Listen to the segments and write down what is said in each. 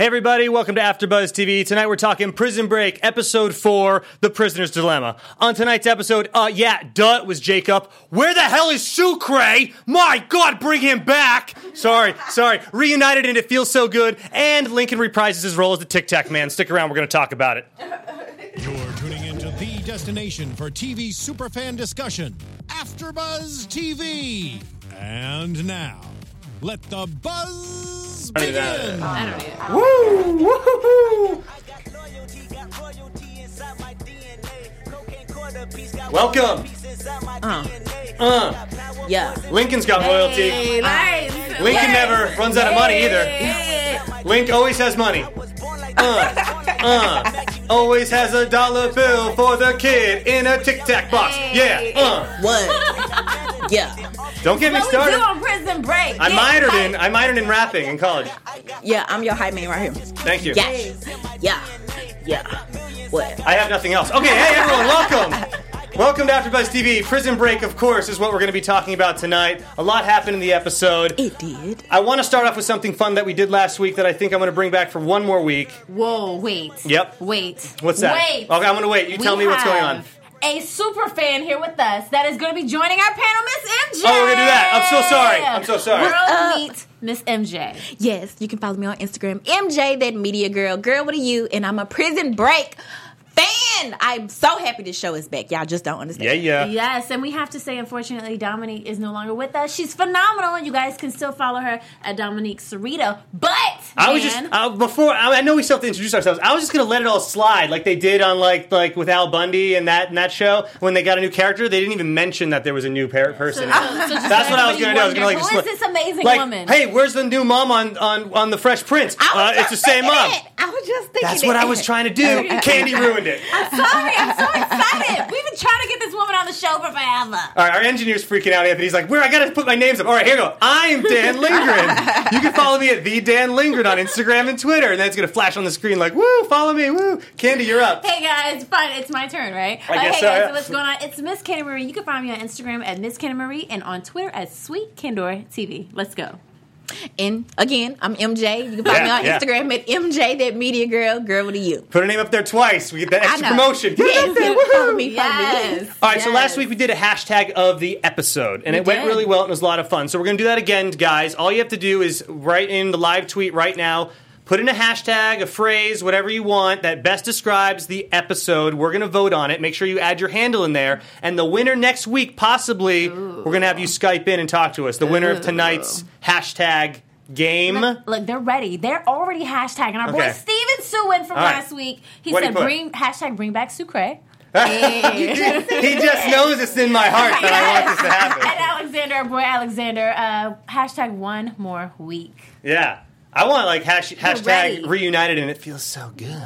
Hey everybody, welcome to AfterBuzz TV. Tonight we're talking Prison Break, Episode 4, The Prisoner's Dilemma. On tonight's episode, uh, yeah, duh, it was Jacob. Where the hell is Sucre? My god, bring him back! Sorry, sorry. Reunited and it feels so good. And Lincoln reprises his role as the Tic Tac Man. Stick around, we're gonna talk about it. You're tuning into the destination for TV superfan discussion, AfterBuzz TV. And now, let the buzz I need that. begin. I don't need it. Woo! Woohoo! Welcome. Welcome. Uh, Yeah. Lincoln's got loyalty. Hey, nice. Lincoln Yay. never runs out of money either. Hey. Link always has money. Uh, uh, Always has a dollar bill for the kid in a tic tac box. Yeah, uh. What? yeah, Don't get me What we do started. on prison break? I Get minored hype. in I minored in rapping in college. yeah, I'm your hype man right here. Thank you. Yeah, yeah, yeah. What? I have nothing else. Okay, hey everyone, welcome. Welcome to AfterBuzz TV. Prison Break, of course, is what we're going to be talking about tonight. A lot happened in the episode. It did. I want to start off with something fun that we did last week that I think I'm going to bring back for one more week. Whoa, wait. Yep. Wait. What's that? Wait. Okay, I'm going to wait. You tell We me what's going on. have A super fan here with us that is going to be joining our panel, Miss MJ. Oh, we're gonna do that. I'm so sorry. I'm so sorry. World meet Miss MJ. Yes, you can follow me on Instagram, MJ that media girl, girl with a U, and I'm a prison break fan. I'm so happy this show is back. Y'all just don't Yeah, understand. yeah. Yes, and we have to say, unfortunately, Dominique is no longer with us. She's phenomenal. You guys can still follow her at Dominique Cerrito. But I was just man, uh, before. I, I know we still have to introduce ourselves. I was just gonna let it all slide, like they did on like like with Al Bundy and that and that show when they got a new character. They didn't even mention that there was a new par- person. in it. That's what I was gonna do. I was gonna like just who is look- this amazing like, woman? hey, where's the new mom on on on the Fresh Prince? I was Uh, it's just the same thinking mom. it. I was just thinking. That's what I was trying to do. Candy ruined it. Sorry, I'm so excited. We've been trying to get this woman on the show for forever. All right, our engineer's freaking out, Anthony. He's like, "Where I gotta put my names up." All right, here we go. I'm Dan Lingren. you can follow me at the Dan Lingren on Instagram and Twitter, and that's gonna flash on the screen like, "Woo, follow me, woo." Candy, you're up. Hey guys, fine. It's my turn, right? I guess okay, so, guys, yeah. so what's going on? It's Miss Candy Marie. You can find me on Instagram at Miss Candy Marie and on Twitter at Sweet Candor TV. Let's go. And again, I'm MJ. You can follow Yeah, me on yeah. Instagram at MJ that media girl, girl with a U. Put her name up there twice. We get that extra know. promotion. Get it up Yes, there. follow me, follow me. Yes. All right, so yes. last week we did a hashtag of the episode, and it went did. really well. and It was a lot of fun. So we're going to do that again, guys. All you have to do is write in the live tweet right now. Put in a hashtag, a phrase, whatever you want that best describes the episode. We're going to vote on it. Make sure you add your handle in there. And the winner next week, possibly, we're going to have you Skype in and talk to us. The winner of tonight's hashtag game. Look, they're ready. They're already hashtagging. Our Okay. boy Steven Sewin from All right. last week. He What'd he said, put? "Bring hashtag bring back Sucre." He just knows it's in my heart that I want this to happen. And Alexander, our boy Alexander, uh, hashtag one more week. Yeah. I want like hash, ready. hashtag reunited and it feels so good.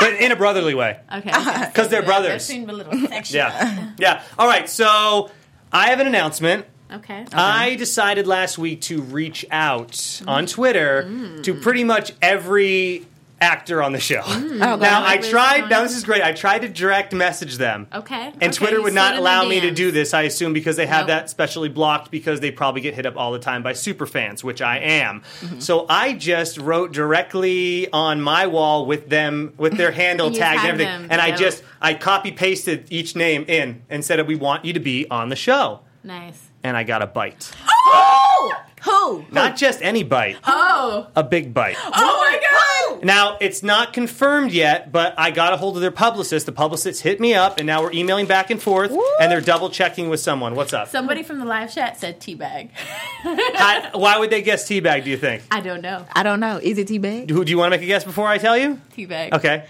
but in a brotherly way. Okay. Because they're brothers. Seemed a little sexual. Yeah. Yeah. All right. So I have an announcement. Okay. I decided last week to reach out on Twitter to Mm. pretty much every actor on the show. now I Oh, Everybody's tried. on. Now this is great. I tried to direct message them. Okay. And Okay, Twitter you would slid not in allow the me to DMs. do this. I assume because they have Nope. that specially blocked because they probably get hit up all the time by super fans, which I am. Mm-hmm. So I just wrote directly on my wall with them with their handle You tags and tagged everything, them, and I yep. just I copy pasted each name in and said we want you to be on the show. Nice. And I got a bite. Who? Who? Not just any bite, Oh. a big bite. Oh my god. Now, it's not confirmed yet, but I got a hold of their publicist. The publicist hit me up, and now we're emailing back and forth, and they're double checking with someone. What's up? Somebody from the live chat said teabag. Hi- why would they guess teabag, do you think? I don't know. I don't know. Is it T Bag? Who, do you want to make a guess before I tell you? Teabag. Okay,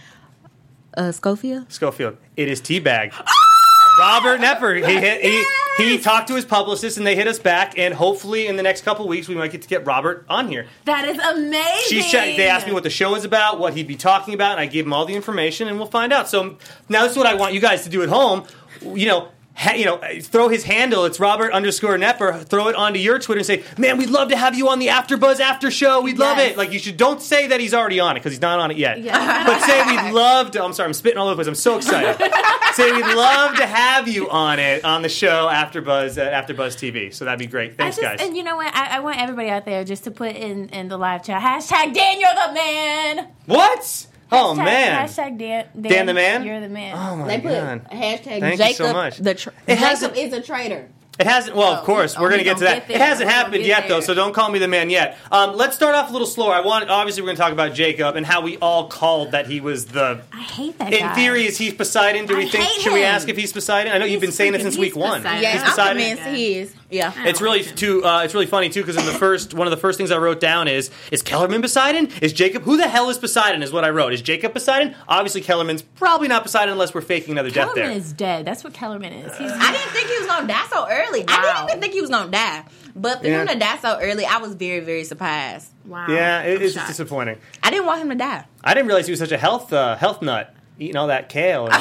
Uh, Schofield? Schofield. It is teabag. Robert Nepper. He, hit, he, he talked to his publicist, and they hit us back, and hopefully in the next couple weeks, we might get to get Robert on here. That is amazing. She checked, they asked me what the show is about, what he'd be talking about, and I gave them all the information, and we'll find out. So now this is what I want you guys to do at home. You know, ha- you know, throw his handle. It's Robert underscore Nepper. Throw it onto your Twitter and say, "Man, we'd love to have you on the AfterBuzz After Show. We'd love Yes. it." Like you should don't say that he's already on it because he's not on it yet. Yeah. But say we'd love to. I'm sorry, I'm spitting all over the place. I'm so excited. say we'd love to have you on it on the show uh, AfterBuzz at AfterBuzz TV. So that'd be great. I Thanks, just, guys. And you know what? I, I want everybody out there just to put in in the live chat hashtag Dan, you're the man. what? Oh Hashtag- man. Hashtag Dan, Dan, the man? You're the man. Oh my They put god. hashtag Thank you so Jacob. much. The tr- It Jacob hasn't. is a traitor. It hasn't. Well, of Oh, course, oh, we're gonna we get to gonna that. get it there. hasn't We're gonna happened get yet, though. there. So don't call me the man yet. Um, let's start off a little slower. I want. Obviously, we're gonna talk about Jacob and how we all called that he was the. I hate that. In guy. theory, is he Poseidon? Do we I think? hate Should we him. ask if he's Poseidon? I know you've He's been saying it freaking- sinds he's week one. Poseidon. He's yeah, I'm Poseidon. convinced he is. Yeah. I don't It's really like him. too. Uh, it's really funny too because in the first one of the first things I wrote down is is Kellerman Poseidon? Is Jacob? Who the hell is Poseidon? Is what I wrote. Is Jacob Poseidon? Obviously, Kellerman's probably not Poseidon unless we're faking another death Kellerman there. is dead. That's what Kellerman is. He's I didn't think he was gonna die so early. I Wow. didn't even think he was gonna die. But for Yeah. him to die so early, I was very, very surprised. wow. yeah, it- I'm it's shocked. disappointing. I didn't want him to die. I didn't realize he was such a health uh, health nut, eating all that kale.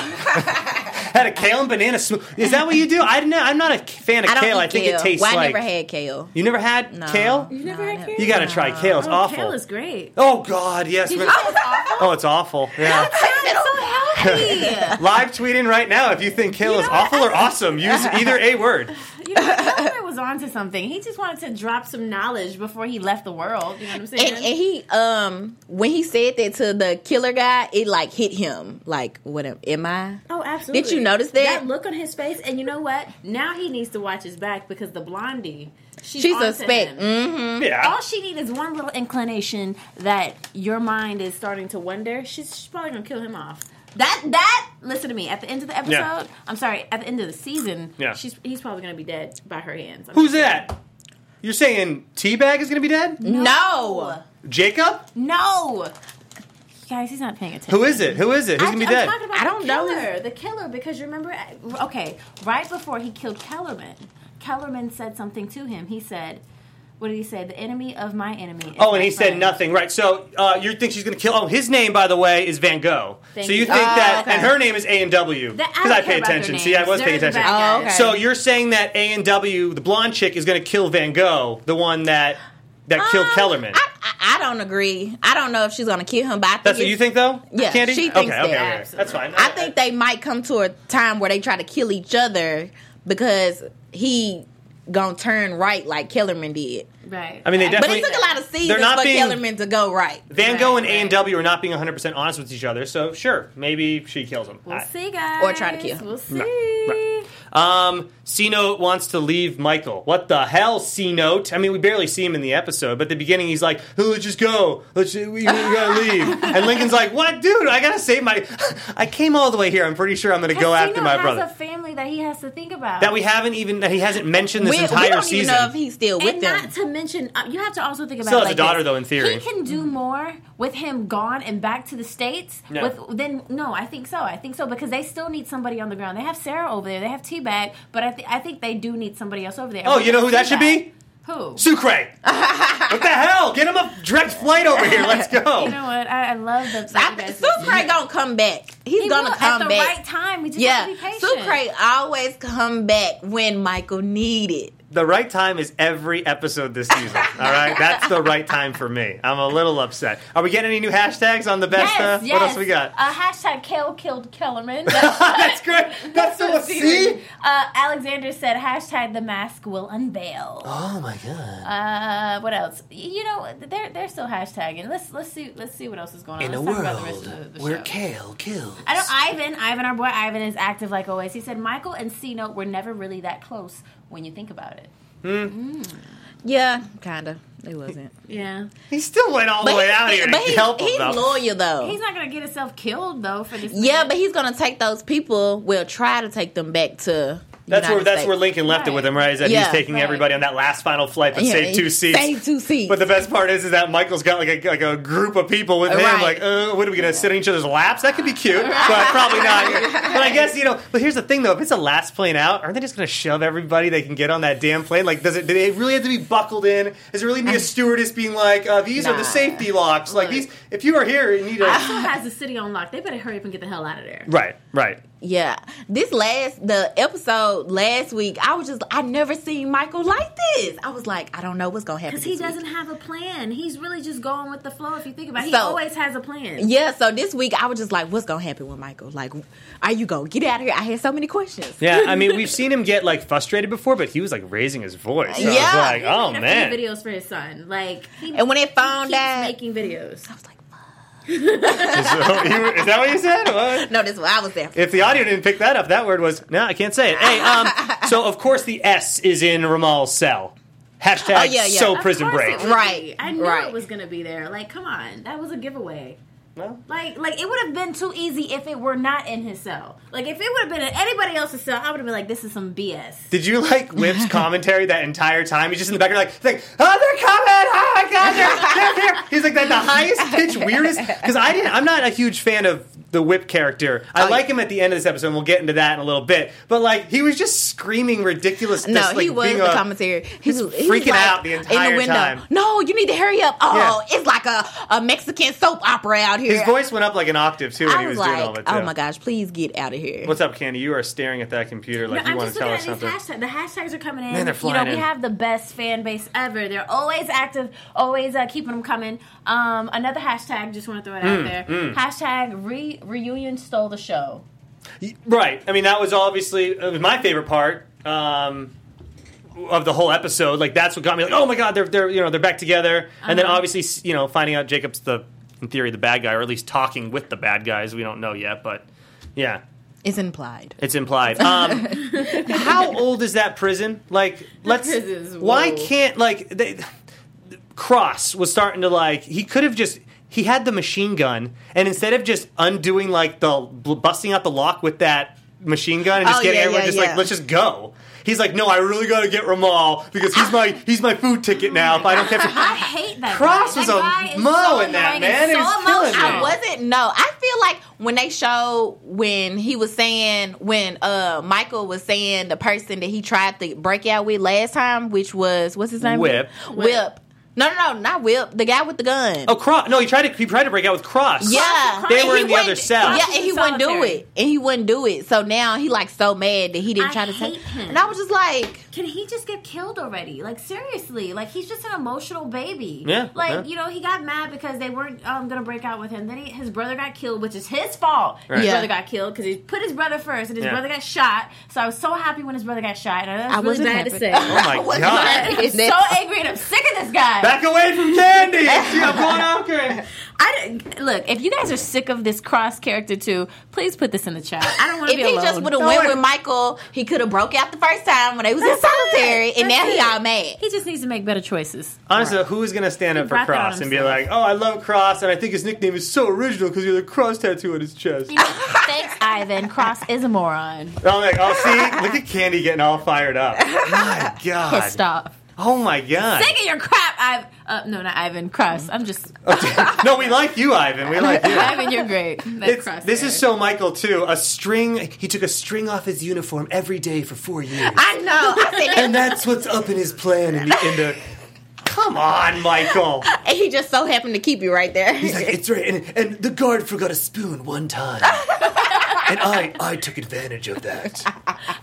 And had a kale and banana smoothie. Is that what you do? I didn't. know- I'm not a fan of I don't kale. eat I think kale. it tastes well, like. I never had kale. you never had No. kale? You never had You gotta try kale. It's Oh, awful. Kale is great. oh God, yes. man. oh, it's awful. Yeah. It's so healthy. Live tweeting right now if you think kale is awful or awesome. Use either a word. you know, Kellerman was onto something. He just wanted to drop some knowledge before he left the world. You know what I'm saying? And, and he, um, when he said that to the killer guy, it like hit him. Like, what am, am I? Oh, absolutely. Did you notice that? That look on his face, and you know what? Now he needs to watch his back because the blondie, she's, She's onto a Mm. speck. him. Yeah. All she needs is one little inclination that your mind is starting to wonder. She's, she's probably gonna kill him off. That that listen to me. At the end of the episode, Yeah. I'm sorry. At the end of the season, Yeah. she's he's probably gonna be dead by her hands. I'm Who's just saying. that? You're saying Teabag is going to be dead? No. Jacob? No, guys, he's not paying attention. Who is it? Who is it? Who's I- going to be I'm dead? talking about I don't the know killer, The killer, because you remember, uh, okay, right before he killed Kellerman, Kellerman said something to him. He said, "What did he say? The enemy of my enemy." is Oh, and my he said friend." nothing. Right. So uh, you think she's going to kill? Oh, his name, by the way, is Van Gogh. Thank so you you. think Oh, that, okay. and her name is A and W That- because don't I, care pay about their attention. See, I names. was paying They're the attention. bad Oh, guys. okay. So you're saying that A and W, the blonde chick, is going to kill Van Gogh, the one that that killed Um, Kellerman. I, I, I don't agree. I don't know if she's gonna kill him, but I think That's what you it's- think, though. Yeah, Candy. she thinks okay, okay, that. okay, that's fine. I think they might come to a time where they try to kill each other because he gonna turn right like Kellerman did. Right. I mean, they But definitely- it took a lot of They're seasons not for being- Kellerman to go right. Van Gogh and A Right, right. and W are not being 100 percent honest with each other. So sure, maybe she kills him. We'll I- see, guys. Or try to kill him. We'll see. Um, C Note wants to leave Michael. What the hell, C Note? I mean, we barely see him in the episode, but at the beginning he's like, "Who let's just go. Let's we, we gotta leave." and Lincoln's like, "What, dude? I gotta save my. I came all the way here. I'm pretty sure I'm gonna go after Casino my has brother." a family that he has to think about. that we haven't even that he hasn't mentioned this we, we entire don't season. even know if he's still and with not them. to mention, uh, you have to also think about Still it has a like daughter, this. though, in theory. he can Mm-hmm. do more with him gone and back to the states. No. With then, no, I think so. I think so because they still need somebody on the ground. They have Sarah over there. They have Teabag, but I, th- I think they do need somebody else over there. oh, you know who that should be? Who? Sucre. what the hell? Get him a direct flight over here. Let's go. you know what? I, I love that. I think Sucre gonna come back. He's He gonna will come at the back. right time. We just have yeah, to be patient. Sucre always come back when Michael needed. The right time is every episode this season. All right, that's the right time for me. I'm a little upset. Are we getting any new hashtags on the best? uh, Yes, yes. What else we got? Uh, hashtag Kale killed Kellerman. that's great. That's the one. See? Uh, Alexander said, hashtag the mask will unveil. Oh my god. Uh, what else? Y- You know, they're they're still hashtagging. Let's let's see let's see what else is going on. In a let's talk about the rest world of the, the where show. kale kills. I know Ivan, Ivan, our boy Ivan is active like always. He said Michael and C Note were never really that close when you think about it. Yeah, kinda. It wasn't. Yeah, He still went all the way out here to but he- help him he's though. loyal though. he's not gonna get himself killed though for this. yeah, man. but he's gonna take those people. Well, try to take them back to. That's where United that's States. where Lincoln left it with him, right? Is that he's Yeah, taking right. everybody on that last final flight, but Yeah, saved two seats. Save two seats. But the best part is, is that Michael's got like a, like a group of people with him. Right. Like, uh, what are we gonna sit on each other's laps? That could be cute, but probably not. But I guess you know. But here's the thing, though: if it's a last plane out, aren't they just gonna shove everybody they can get on that damn plane? Like, does it? Do they really have to be buckled in? Does it really be a stewardess being like, uh, "These are the Nah. safety locks"? Like these. If you are here, you need Who a. has the city on lock? They better hurry up and get the hell out of there. right. Right. yeah, this last the episode episode last week, I was just I never seen Michael like this. I was like, I don't know what's gonna happen. Because he this week. doesn't have a plan. He's really just going with the flow. If you think about it, he So- always has a plan. Yeah, so this week I was just like, what's gonna happen with Michael? Like, are you gonna get out of here? I had so many questions. Yeah, I mean, we've seen him get like frustrated before, but he was like raising his voice. So Yeah. I was like, He oh He man. made a few videos for his son. Like, he, And when it found he keeps out- making videos. I was like, fuck. Is that what you said? What? No, this I was there. If the audio didn't pick that up, that word was no. I can't say it. Hey, um, so of course the S is in Ramal's cell. Hashtag Oh, yeah, yeah. so Of prison Of course break. it would be. Right, I knew right. it was gonna be there. Like, come on, that was a giveaway. Well, Like, like it would have been too easy if it were not in his cell. Like, if it would have been in anybody else's cell, I would have been like, "This is some BS." Did you like Whip's commentary that entire time? He's just in the background, like, like, oh, they're coming! Oh my god, they're, they're here! He's like that, the highest pitch, weirdest. Because I didn't, I'm not a huge fan of the Whip character. I Oh, like yeah. him at the end of this episode, and we'll get into that in a little bit. But like, he was just screaming ridiculous. No, just, he like, was being the a- commentary. He was, he was freaking like, out the entire time. No, you need to hurry up. Oh, Yeah. it's like a, a Mexican soap opera out here. His voice went up like an octave too, when I he was was doing all like, that. oh too. my gosh, please get out of here. What's up, Candy? You are staring at that computer like No, you I'm want to just tell us looking at something. these hashtags. The hashtags are coming in. Man, they're you flying know, in. we have the best fan base ever. They're always active, always uh, keeping them coming. Um, another hashtag, just want to throw it Mm, out there. Hashtag re- reunion stole the show. Right. I mean, that was obviously it was my favorite part um, of the whole episode. Like that's what got me. Like, oh my god, they're they're you know they're back together, and then Uh-huh. obviously s- you know finding out Jacob's the in theory the bad guy, or at least talking with the bad guys. We don't know yet, but yeah, It's implied. it's implied. Um, how old is that prison? Like, let's. prison's Why old. can't like they, Cross was starting to like he could have just he had the machine gun and instead of just undoing like the bl- busting out the lock with that machine gun and just Oh, getting yeah, everyone yeah, just yeah. like let's just go. He's like, no, I really gotta get Ramal because he's my he's my food ticket now. If I don't catch him, I hate that. Cross guy. was That a guy is mo so in that, annoying man. and It so was killing emotional. me. I wasn't. No, I feel like when they show when he was saying when uh Michael was saying the person that he tried to break out with last time, which was what's his name? Whip. Whip. No, no, no, not Whip. The guy with the gun. oh Cross, no, he tried to he tried to break out with Cross. Yeah, they And were he in the other wouldn't- cell. Yeah, and he wouldn't do Solitary. it, and he wouldn't do it. So now he like so mad that he didn't I try to say. hate him. And I was just like, Can he just get killed already? Like seriously, like he's just an emotional baby. Yeah, Like yeah. you know, he got mad because they weren't um, gonna break out with him. Then he, his brother got killed, which is his fault. Right. His Yeah. brother got killed because he put his brother first, and his Yeah. brother got shot. So I was so happy when his brother got shot. And I know that's I really wasn't bad happy. to say. Oh my What's god. that? I'm so angry and I'm sick of this guy. Back away from Candy! See, I'm going after him. I didn't- look, if you guys are sick of this cross character too, please put this in the chat. I don't want to if be he alone. just would have Don't went worry. with Michael, he could have broke out the first time when they was in That's it. solitary, and That's now he it. all mad. He just needs to make better choices. Honestly, who's gonna stand up for brought that on Cross and be himself. like, "Oh, I love Cross, and I think his nickname is so original because he has a cross tattoo on his chest." Thanks, Ivan. Cross is a moron. I'm like, "Oh, see, look at Candy getting all fired up." Oh My God! Pissed off. Oh my God! Sick of your crap, Ivan. Uh, no, not Ivan. Cross. I'm just no, we like you, Ivan. We like you. Ivan. You're great. That It's, Cross this guy. is so Michael too. A string. He took a string off his uniform every day for four years, I know. I said that. and that's what's up in his plan. In the, in the come on, Michael. And he just so happened to keep you right there. He's like, it's right. And, and the guard forgot a spoon one time. and I, I took advantage of that.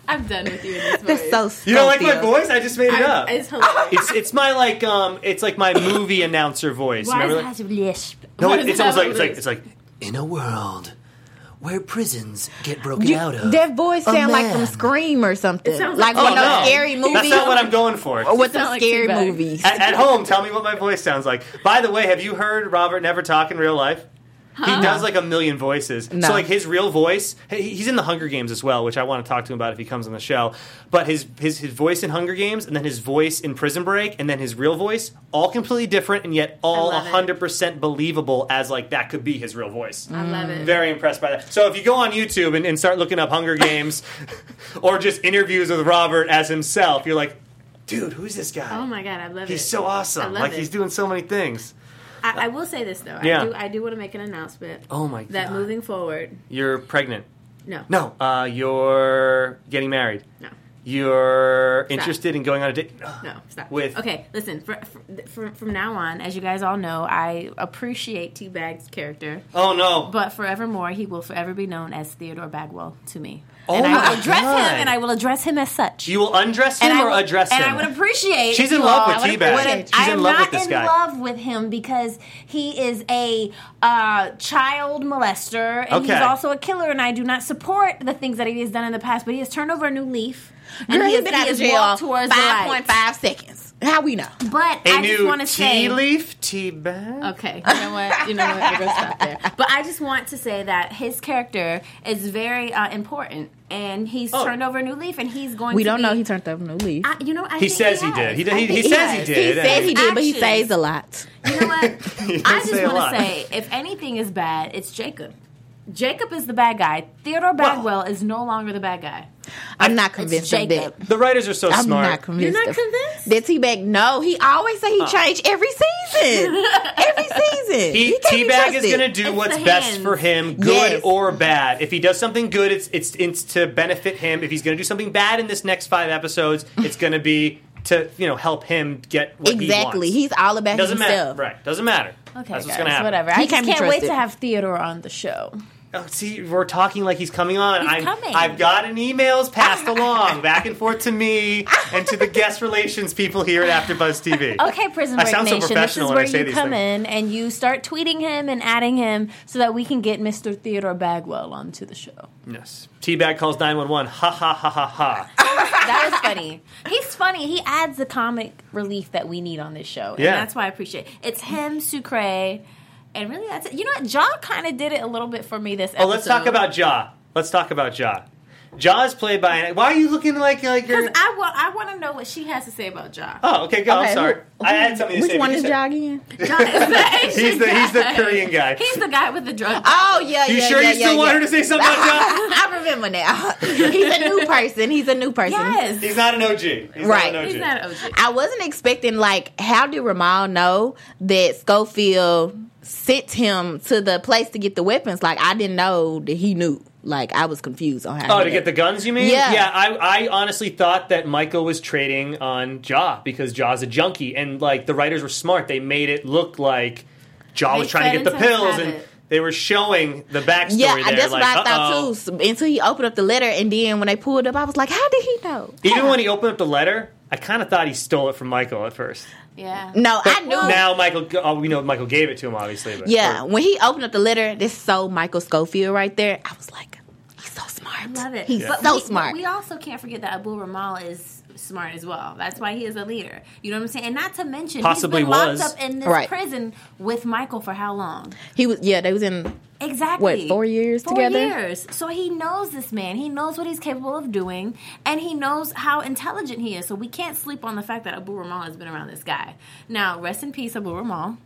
I'm done with you. In this They're voice. so You don't like my Schofield. voice? I just made it up. It's hilarious. It's it's my like um it's like my movie announcer voice. Why Remember? is it like- has a lisp? no, Why it- does it's it have almost a like it's like lisp? it's like In a world where prisons get broken You- out of. That voice a sound like man. from Scream or something. It sounds like like- one oh of those no, scary movies. that's not what I'm going for. Or Doesn't with some sound like scary Fleabag. movies. at, at home, tell me what my voice sounds like. By the way, have you heard Robert never talk in real life? He does like a million voices. No. So like his real voice, he- he's in the Hunger Games as well, which I want to talk to him about if he comes on the show. But his his his voice in Hunger Games, and then his voice in Prison Break, and then his real voice, all completely different, and yet all I love it. hundred percent believable as like that could be his real voice. I love it. Very impressed by that. So if you go on YouTube and, and start looking up Hunger Games, or just interviews with Robert as himself, you're like, dude, who's this guy? Oh my god, I love it. He's so I awesome. love Like it. he's doing so many things. I, I will say this though. Yeah. I do. I do want to make an announcement. Oh my That God. moving forward, You're pregnant. no, No, uh, you're getting married. no. you're interested in going on a date. No, stop. With- okay, listen. For, for, for, from now on, as you guys all know, I appreciate Teabag's character, Oh no! but forevermore, he will forever be known as Theodore Bagwell to me. Oh and my I will address God. him, and I will address him as such. you will undress him and I or will- address and him. I would appreciate. She's in you love all. with I would Teabag. appreciate She's you. in love I am with this not in guy. love with him because he is a uh, child molester, and Okay. he's also a killer. And I do not support the things that he has done in the past. But he has turned over a new leaf. and Girl, he he's has- been he out of has walked jail towards the five light. point five seconds. How we know? But a I new just want to tea say, leaf tea bag. okay, you know what, you know what, we're gonna stop there. But I just want to say that his character is very uh, important, and he's Oh. turned over a new leaf, and he's going. We to don't be- know he turned up new leaf. I, you know, I He think says he has. did. He did- I he- think he says he does. did. He said he did, but he Actions. says a lot. You know what? I say just a want lot. to say, if anything is bad, it's Jacob. Jacob is the bad guy. Theodore Bagwell is no longer the bad guy. I'm not convinced of that. Jacob. The writers are so I'm smart. not You're convinced. not of- convinced? That T-Bag, no. He always say he changed every season. every season. He, He can't be teabag is trusted. going to do It's what's the best hands. for him, good Yes. or bad. If he does something good, it's it's it's to benefit him. If he's going to do something bad in this next five episodes, it's going to be to you know help him get what Exactly. He wants. He's all about doesn't himself. matter. Right? Doesn't matter. Okay, that's what's guys, going to happen. whatever. He I just can't be can't wait trusted. to have Theodore on the show. Oh, see, we're talking like he's coming on. He's I'm, coming. I've gotten emails passed along back and forth to me and to the guest relations people here at AfterBuzz TV. Okay, Prison I Break sound so Nation, this professional is when I where say you these come things. in and you start tweeting him and adding him so that we can get Mr. Theodore Bagwell onto the show. Yes. Teabag calls 911. Ha ha ha ha ha. That was funny. He's funny. He adds the comic relief that we need on this show. Yeah. And that's why I appreciate it. It's him, Sucre, and really that's it. You know what? John kind of did it a little bit for me this episode. Oh, let's talk about Ja. Let's talk about Ja. Ja is played by. Why are you looking like like Because you're? I want, I want to know what she has to say about John. Oh, okay, go. Okay, I'm sorry. who- I who- had something to Which say. but one you is said- Jog in? John is the He's Asian the he's the guy. Korean guy. He's the guy with the drug. Oh yeah, You yeah, sure yeah, you still yeah, want yeah. her to say something about Ja? I remember now. He's a new person. He's a new person. yes, He's not an OG. He's Right. Not an OG. he's not OG. I wasn't expecting like how did Ramal know that Schofield sent him to the place to get the weapons? Like I didn't know that he knew. Like I was confused on how. Oh, to he knew. get the guns, you mean? Yeah. Yeah, I, I honestly thought that Michael was trading on Jaw because Jaw's a junkie, and like the writers were smart. They made it look like Jaw They was trying to get fed the into his pills, and habit. they were showing the backstory Yeah, there. that's like, what I uh-oh. thought too. So- Until he opened up the letter, and then when they pulled up, I was like, "How did he know?" Even when he opened up the letter, I kind of thought he stole it from Michael at first. Yeah. No, I knew. Now Michael, oh, we know Michael gave it to him, obviously. But, yeah, or- when he opened up the letter, this is so Michael Schofield right there. I was like, "He's so smart. Love it. He's But so we, smart." We also can't forget that Abul Ramal is smart as well. That's why he is a leader. You know what I'm saying? And not to mention, Possibly he's been was. locked up in this Right. prison with Michael for how long? he was. Yeah, they was in Exactly. What, four years four together? years. So he knows this man. He knows what he's capable of doing, and he knows how intelligent he is. So we can't sleep on the fact that Abul Ramal has been around this guy. Now, rest in peace, Abul Ramal.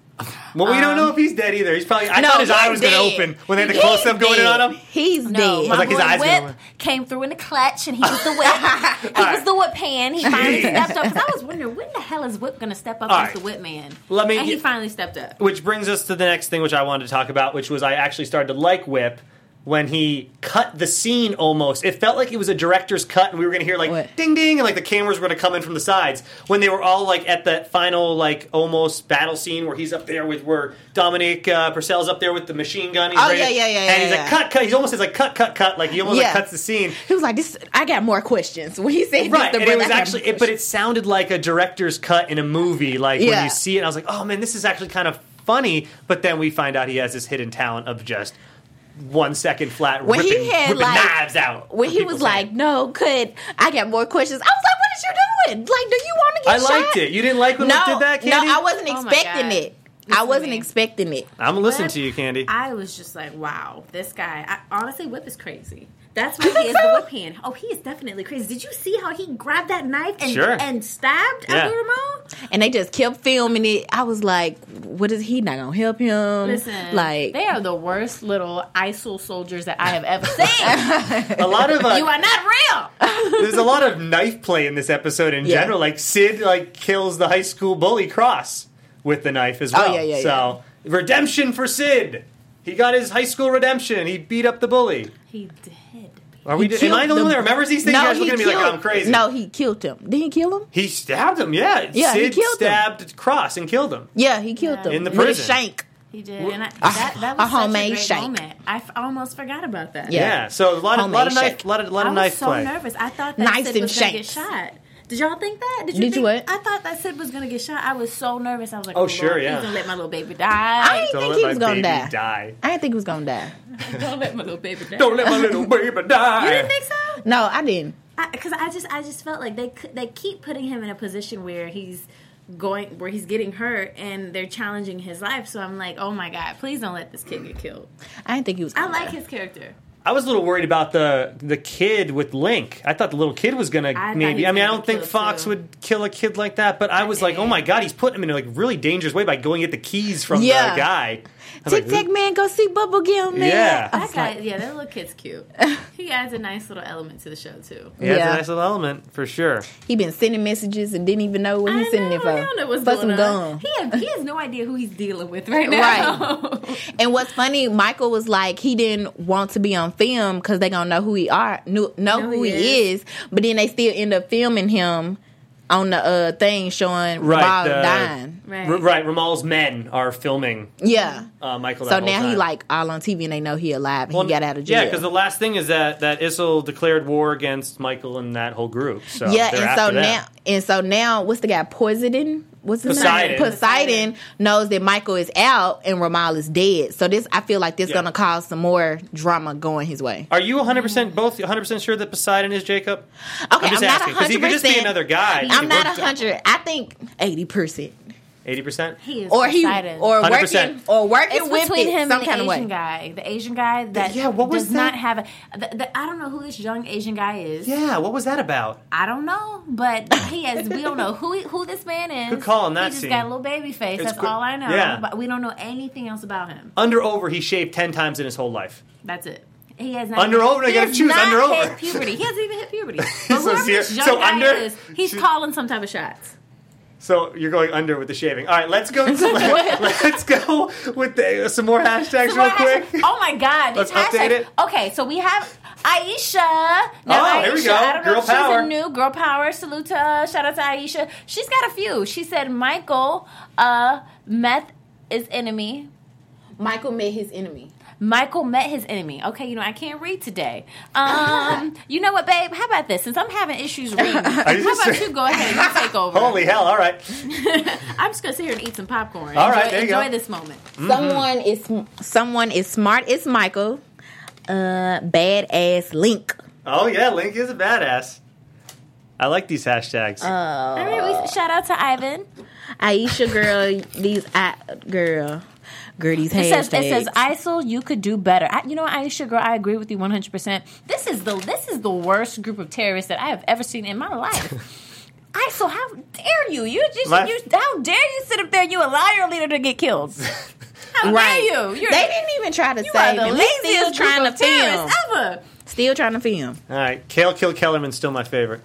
well, um, we don't know if he's dead either. He's probably. I thought his eye was going to open when they had the close up going in on him. He's No, dead. my like, his boy eyes gonna work. Whip came through in the clutch, and he was the whip. he was the whip hand. He finally Jeez. stepped up. 'Cause I was wondering when the hell is Whip going to step up All as right. the whip man? Let me And he get- finally stepped up. Which brings us to the next thing, which I wanted to talk about, which was I actually started to like Whip when he cut the scene almost. It felt like it was a director's cut, and we were going to hear like What? ding ding, and like the cameras were going to come in from the sides when they were all like at that final like almost battle scene where he's up there with where Dominic uh, Purcell's up there with the machine gun. He's Oh, ready- yeah, yeah, yeah, and yeah, he's like yeah. cut cut. He almost says like cut cut cut. Like he almost like, Yeah. cuts the scene. He was like, "This, I got more questions." When he said, Right, this, and the it was brother, I got actually, more it, but it sounded like a director's cut in a movie. Like when Yeah. you see it, I was like, oh man, this is actually kind of funny. But then we find out he has this hidden talent of just one second flat When he ripping, had, ripping like- knives out. when of he was people's like, hands. "No, could I got more questions?" I was like, "What is you doing? Like, do you want to get I liked shot?" it. You didn't like when no, we did that, Candy? no, I wasn't Oh my expecting God. it. Listen I to wasn't me. expecting it. I'm gonna listen Whip, to you, Candy. I was just like, wow, this guy. I, honestly, Whip is crazy. That's why he think is so? the whip hand. Oh, he is definitely crazy. Did you see how he grabbed that knife and Sure. and stabbed Yeah. Abdul Ramal? And they just kept filming it. I was like, "What is he not gonna help him?" Listen, Um, like, they are the worst little ISIL soldiers that I have ever seen. a lot of you uh, are not real. there's a lot of knife play in this episode in Yeah. general. Like Sid like kills the high school bully Cross with the knife as Oh, well. yeah, yeah, so redemption for Sid. He got his high school redemption. He beat up the bully. He did. Are we? He Am I killed the one them. that remembers these things? you guys he looking at me like killed- I'm crazy. No, he killed him. Did he kill him? he stabbed him. Yeah, Yeah, he Sid killed him. stabbed Cross and killed him. Yeah, he killed Yeah. him In the with a prison. shank. He did, and I, A- that, that a was such homemade a great shank. moment. I f- almost forgot about that. Yeah. Yeah. so a lot of, lot of Homemade knife, shake. lot of, lot I of was knife so play. nervous. I thought that Knives Sid and was going to get shanks. shot. Did y'all think that? Did you? Did think, you what? I thought that Sid was going to get shot. I was so nervous. I was like, Oh, "Oh, sure, Lord, yeah. Please don't let my little baby I die. didn't Don't think let he my was gonna baby die. die. I didn't think he was gonna die. don't let my little baby die." Don't let my little baby die. you didn't think so? No, I didn't. because I, just I just felt like they c- they keep putting him in a position where he's going where he's getting hurt and they're challenging his life. So I'm like, oh my god, please don't let this kid get killed. I didn't think he was. I Gonna like die. his character. I was a little worried about the the kid with Link. I thought the little kid was gonna I thought he maybe. was I mean, I don't gonna get think killed, Fox too. would kill a kid like that, but I was like, oh my god, he's putting him in a like really dangerous way by going at the keys from Yeah. the guy. I was Tic like, Tac Man, go see Bubblegum Man. Yeah. I That was guy, like, yeah, that little kid's cute. he adds a nice little element to the show too. yeah, it's Yeah. a nice little element for sure. he been sending messages and didn't even know what I he's sending it know, for. I don't know what's for going some on. gum. He has, he has no idea who he's dealing with right now. Right. And what's funny, Michael was like he didn't want to be on film because they gonna know who he are, knew, know Know who he is. But then they still end up filming him on the uh, thing showing Right, Bob the- dying. Right, right Ramal's men are filming Yeah. uh, Michael. So that whole now he time. like all on TV and they know he alive. and Well, he got out of jail. Yeah, because the last thing is that that Issel declared war against Michael and that whole group. So yeah, they're and after so that. now, and so now, what's the guy? Poisoning? What's his Poseidon. name? Poseidon knows that Michael is out and Ramal is dead. So this, I feel like this Yeah. gonna cause some more drama going his way. Are you 100% both 100% sure that Poseidon is Jacob? Okay, I'm just not asking because he could just be 100%. another guy. He I'm could not work- a hundred. I think eighty percent, 80%? He is or he, Poseidon. or 100%. working, or working it's with between it him some and the kind of Asian way. guy. The Asian guy that Yeah, what was does that? not have a. The, the, I don't know who this young Asian guy is. Yeah, what was that about? I don't know, but he has. We don't know who he- who this man is. Good call on that He just scene. got a little baby face. It's That's good- all I know. yeah. But we don't know anything else about him. Under over, he shaved 10 times in his whole life. That's it. He has not Under over, they He gotta has choose not under over. Hit puberty. He hasn't even hit puberty. But So whoever ser- this young so guy under- is, he's she- calling some type of shots. So you're going under with the shaving. All right, let's go. let's go with the, uh, some more hashtags So real what happened- quick. Oh my god! Let's these update hashtags. it. Okay, so we have Aisha. Now, Oh, here we Aisha, go. I don't know Girl if power. She's a new girl power. Salute to her. Shout out to Aisha. She's got a few. She said Michael, uh, meth is enemy. Michael met his enemy. Michael met his enemy. Okay, you know I can't read today. Um, you know what, babe? How about this? Since I'm having issues reading, how you just about say- you go ahead and you take over? Holy hell, all right. I'm just gonna sit here and eat some popcorn. All enjoy, right, there you enjoy go. this moment. Someone is sm- someone is smart. It's Michael. Uh, badass Link. Oh, yeah, Link is a badass. I like these hashtags. All right, we, shout out to Ivan. Aisha girl, these I, girl, girl these It hashtags. says it says ISIL, you could do better. I, you know, what, Aisha girl, I agree with you 100. percent This is the this is the worst group of terrorists that I have ever seen in my life. ISIL, how dare you? You just My- you, how dare you sit up there? You allow your leader to get killed. How dare you? You're, they didn't even try to you are save the him. They still laziest trying group to of film. terrorists ever. Still trying to film. all right, Kale Kill Kellerman's still my favorite.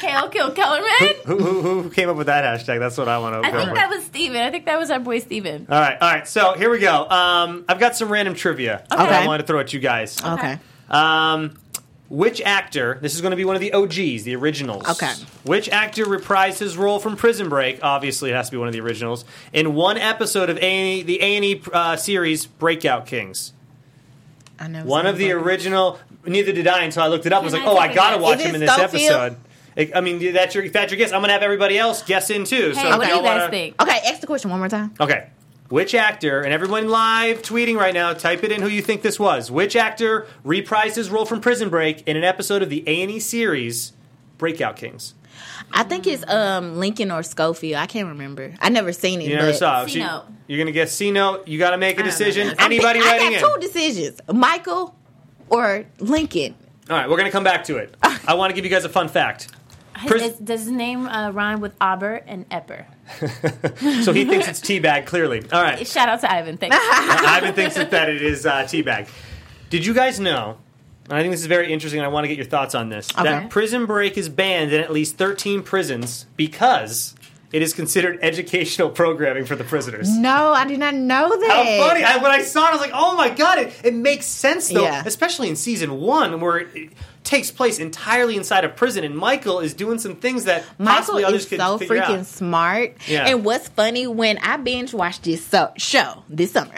Kale kill Kellerman. Who, who, who came up with that hashtag? That's what I want to I think that was Steven. I think that was our boy Steven. All right, all right. So here we go. Um, I've got some random trivia that I Okay. wanted to throw at you guys. Okay. Um, which actor? This is going to be one of the OGs, the originals. Okay. Which actor reprised his role from Prison Break? Obviously, it has to be one of the originals in one episode of A the A and E uh, series Breakout Kings. I know. One of the somebody- original. Neither did I until I looked it up. I was Can like, I oh, take I a gotta guess? watch Is him it in this Schofield? episode. I I mean, that's your that's your guess. I'm gonna have everybody else guess in too. Hey, so if what do y'all you guys wanna- think? Okay, ask the question one more time. Okay. Which actor, and everyone live tweeting right now, type it in who you think this was. Which actor reprised his role from Prison Break in an episode of the A&E series Breakout Kings? I think it's um Lincoln or Schofield. I can't remember. I never seen it. You never but saw it. C-Note. She- You're going to guess C-Note. You got to make a I don't know decision. that. Anybody I writing got in? two decisions: Michael or Lincoln. All right, we're going to come back to it. I want to give you guys a fun fact. His, Pris- is- does his name uh, rhyme with Auber and Epper? so he thinks it's Teabag, clearly. All right. Shout out to Ivan. Thank you. Ivan thinks that, that it is uh, teabag. Did you guys know? And I think this is very interesting. And I want to get your thoughts on this. Okay. That Prison Break is banned in at least 13 prisons because It is considered educational programming for the prisoners. No, I did not know How that. funny! I, when I saw it, I was like, "Oh my god!" It, it makes sense though, Yeah. especially in season one where it, it takes place entirely inside a prison, and Michael is doing some things that Michael possibly others is could so figure freaking out. smart. Yeah. And what's funny when I binge watched this so- show this summer,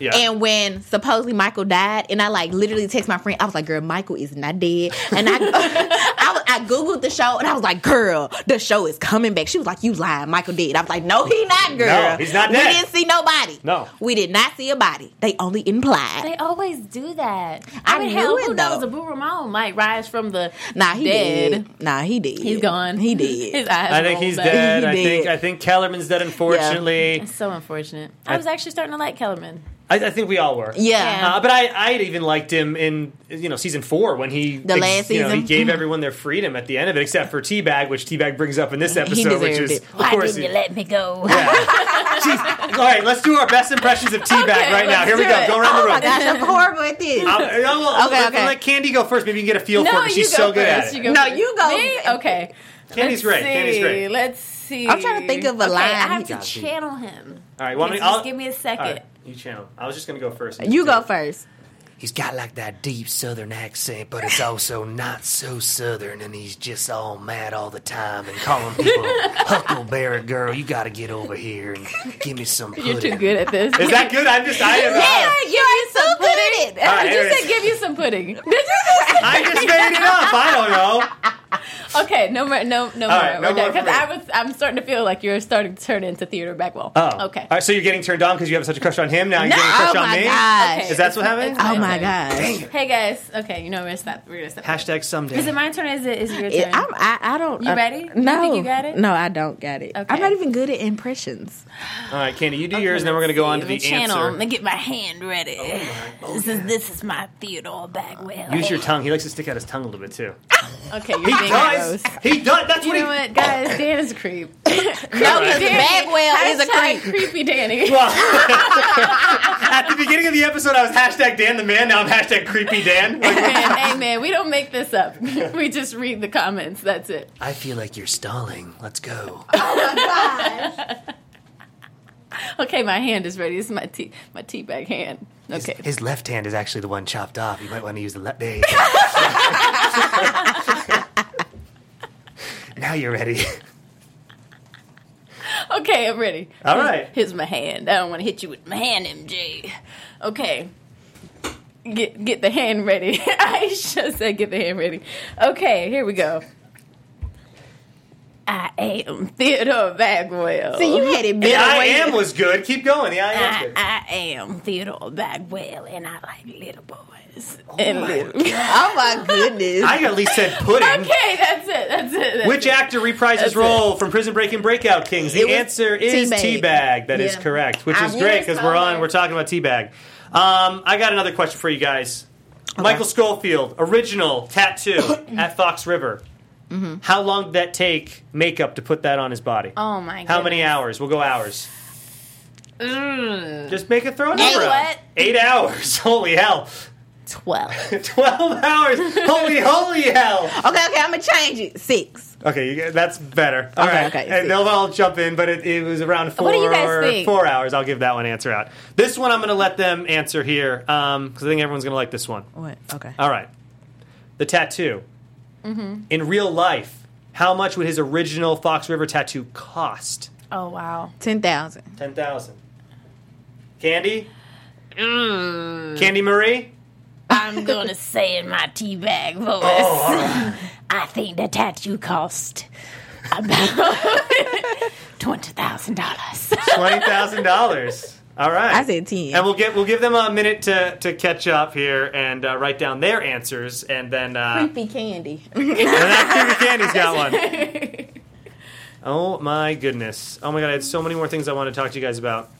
Yeah. and when supposedly Michael died, and I like literally text my friend, I was like, "Girl, Michael is not dead." And I, I, was- I googled the show, and I was like, "Girl, the show is coming back." She was like, "You lied, Michael did." I was like, "No, he not, girl. No, he's not We dead." didn't see nobody. No. we did not see a body. They only implied." They always do that. I I, mean, knew hell, it, who though. knows? Abu Ramon might rise from the Nah, he dead. did. Nah, he did. He's gone. He did. His eyes. I think rolled he's back. dead. He I think did. I think Kellerman's dead. Unfortunately, It's so unfortunate. I was actually starting to like Kellerman. I, I think we all were. Yeah. Uh, but I, I had even liked him in you know season four when he The last you know, he season? gave everyone their freedom at the end of it except for Teabag which Teabag brings up in this episode which deserved is it. of course he- let me go? Yeah. Jeez. all right let's do our best impressions of Teabag Okay, right now let's here we do go it. go around the Oh room my gosh, I'm horrible at this. I'll, I'll- I'll- Okay, I'll okay. let Candy go first maybe you can get a feel for it No, 'cause you she's go so first. good at it You go No, first. you go. Me? Okay. Candy's Let's great Candy's see. great Let's see. I'm trying to think of a okay, line I he have to got to. channel him. all right want me, Just I'll- give me a all second. right, you channel I was just gonna go first You go first. He's got like that deep southern accent, but it's also not so southern, and he's just all mad all the time and calling people Huckleberry girl. You gotta get over here and give me some pudding. You're too good at this. is that good I'm just I am Yeah, you are so good at it. right, I here it just is. said give you some pudding. Did you I just made it up I don't know Okay, no more, no, All no more. right, no We're done. more for 'Cause me. I was, I'm starting to feel like you're starting to turn into Theodore Bagwell. Oh. okay. All right, so you're getting turned on because you have such a crush on him. Now you're No, getting a crush oh on my me. gosh. Is that what happened? Oh my Okay. gosh. Hey guys. Okay, you know we're gonna stop. We're gonna stop. Hashtag someday. Is it my turn? Or is it is it your It- turn? I'm, I, I don't. You uh, ready? You No. think you got it? No, I don't got it. Okay. I'm not even good at impressions. All right, Candy, you do yours, and then we're gonna go on to the channel. Let answer. Oh, me get my hand ready. this is this is my Theodore Bagwell. Use your tongue. He likes to stick out his tongue a little bit too. Okay, you're He being does. gross. He does. That's You what he. know what, guys? Dan is a creep. No, because Bagwell is a Hashtag creep. creepy Danny. Well, at the beginning of the episode, I was hashtag Dan the man. Now I'm hashtag creepy Dan. Like, Man, hey man, we don't make this up. We just read the comments. That's it. I feel like you're stalling. Let's go. Okay, my hand is ready. This is my tea, my tea bag hand. His, Okay. his left hand is actually the one chopped off. You might want to use the left. There you go. now you're ready. Okay, I'm ready. all right. Here's my hand. I don't want to hit you with my hand, MJ. Okay. Get get the hand ready. I just said get the hand ready. Okay, here we go. I am Theodore Bagwell. See, you had it The better. I way am you- was good. Keep going. The I am's I, good. I am Theodore Bagwell, and I like little boys and little. Oh my goodness. I at least said pudding. Okay, that's it. That's it. That's Which it. actor reprised his That's role from Prison Break and Breakout Kings? It The was answer is Teabag. Teabag. That is Yeah. correct, which I is knew great it was because we're on. Teabag. We're talking about Teabag. Um, I got another question for you guys. Michael Schofield, original tattoo at Fox River. How long did that take makeup to put that on his body? Mm-hmm. Oh my god. How many hours? We'll go hours. Just make a throw number. Mm. know out. what? Eight hours. Holy hell. Twelve. Twelve hours. holy, holy hell. okay, okay, I'm going to change it. Six. Okay, you, that's better. All Okay, right, okay, and see. they'll all jump in, but it, it was around four. What do you guys think? Four hours. I'll give that one answer out. This one I'm going to let them answer here because I think everyone's going to like this one. What? Okay. All right, the tattoo. Mm-hmm. In real life, how much would his original Fox River tattoo cost? Oh wow. 10,000. Ten thousand. Candy. Mm. Candy Marie. I'm gonna say in my tea bag voice. Oh. I think the tattoo cost about twenty thousand dollars. Twenty thousand dollars. All right. I said 10. And we'll get we'll give them a minute to, to catch up here and uh, write down their answers, and then uh, Creepy candy. and that's Creepy Candy's got one. Oh my goodness! Oh my god! I had so many more things I want to talk to you guys about.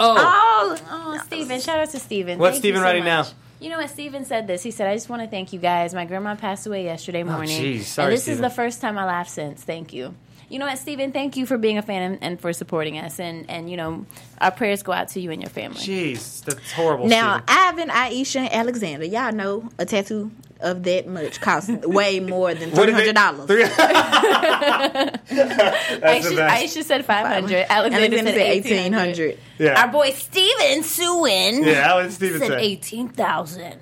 Oh, Oh, oh, Steven. Shout out to Steven. What's Thank you Steven so writing much. now? You know what Steven said this. He said, "I just want to thank you guys. My grandma passed away yesterday morning, jeez. Oh, Sorry, and this Steven. is the first time I laughed since. Thank you. You know what, Steven? Thank you for being a fan and, and for supporting us. And and you know, our prayers go out to you and your family. jeez, that's horrible. Now, Steven. Ivan, Aisha, and Alexander, y'all know a tattoo of that much costs way more than What did three they- hundred dollars. Three- That's the Aisha, best. Aisha said 500. Alexander, Alexander said eighteen hundred. Yeah. Our boy Steven Sewin Yeah, Alan Stevenson. said 18,000.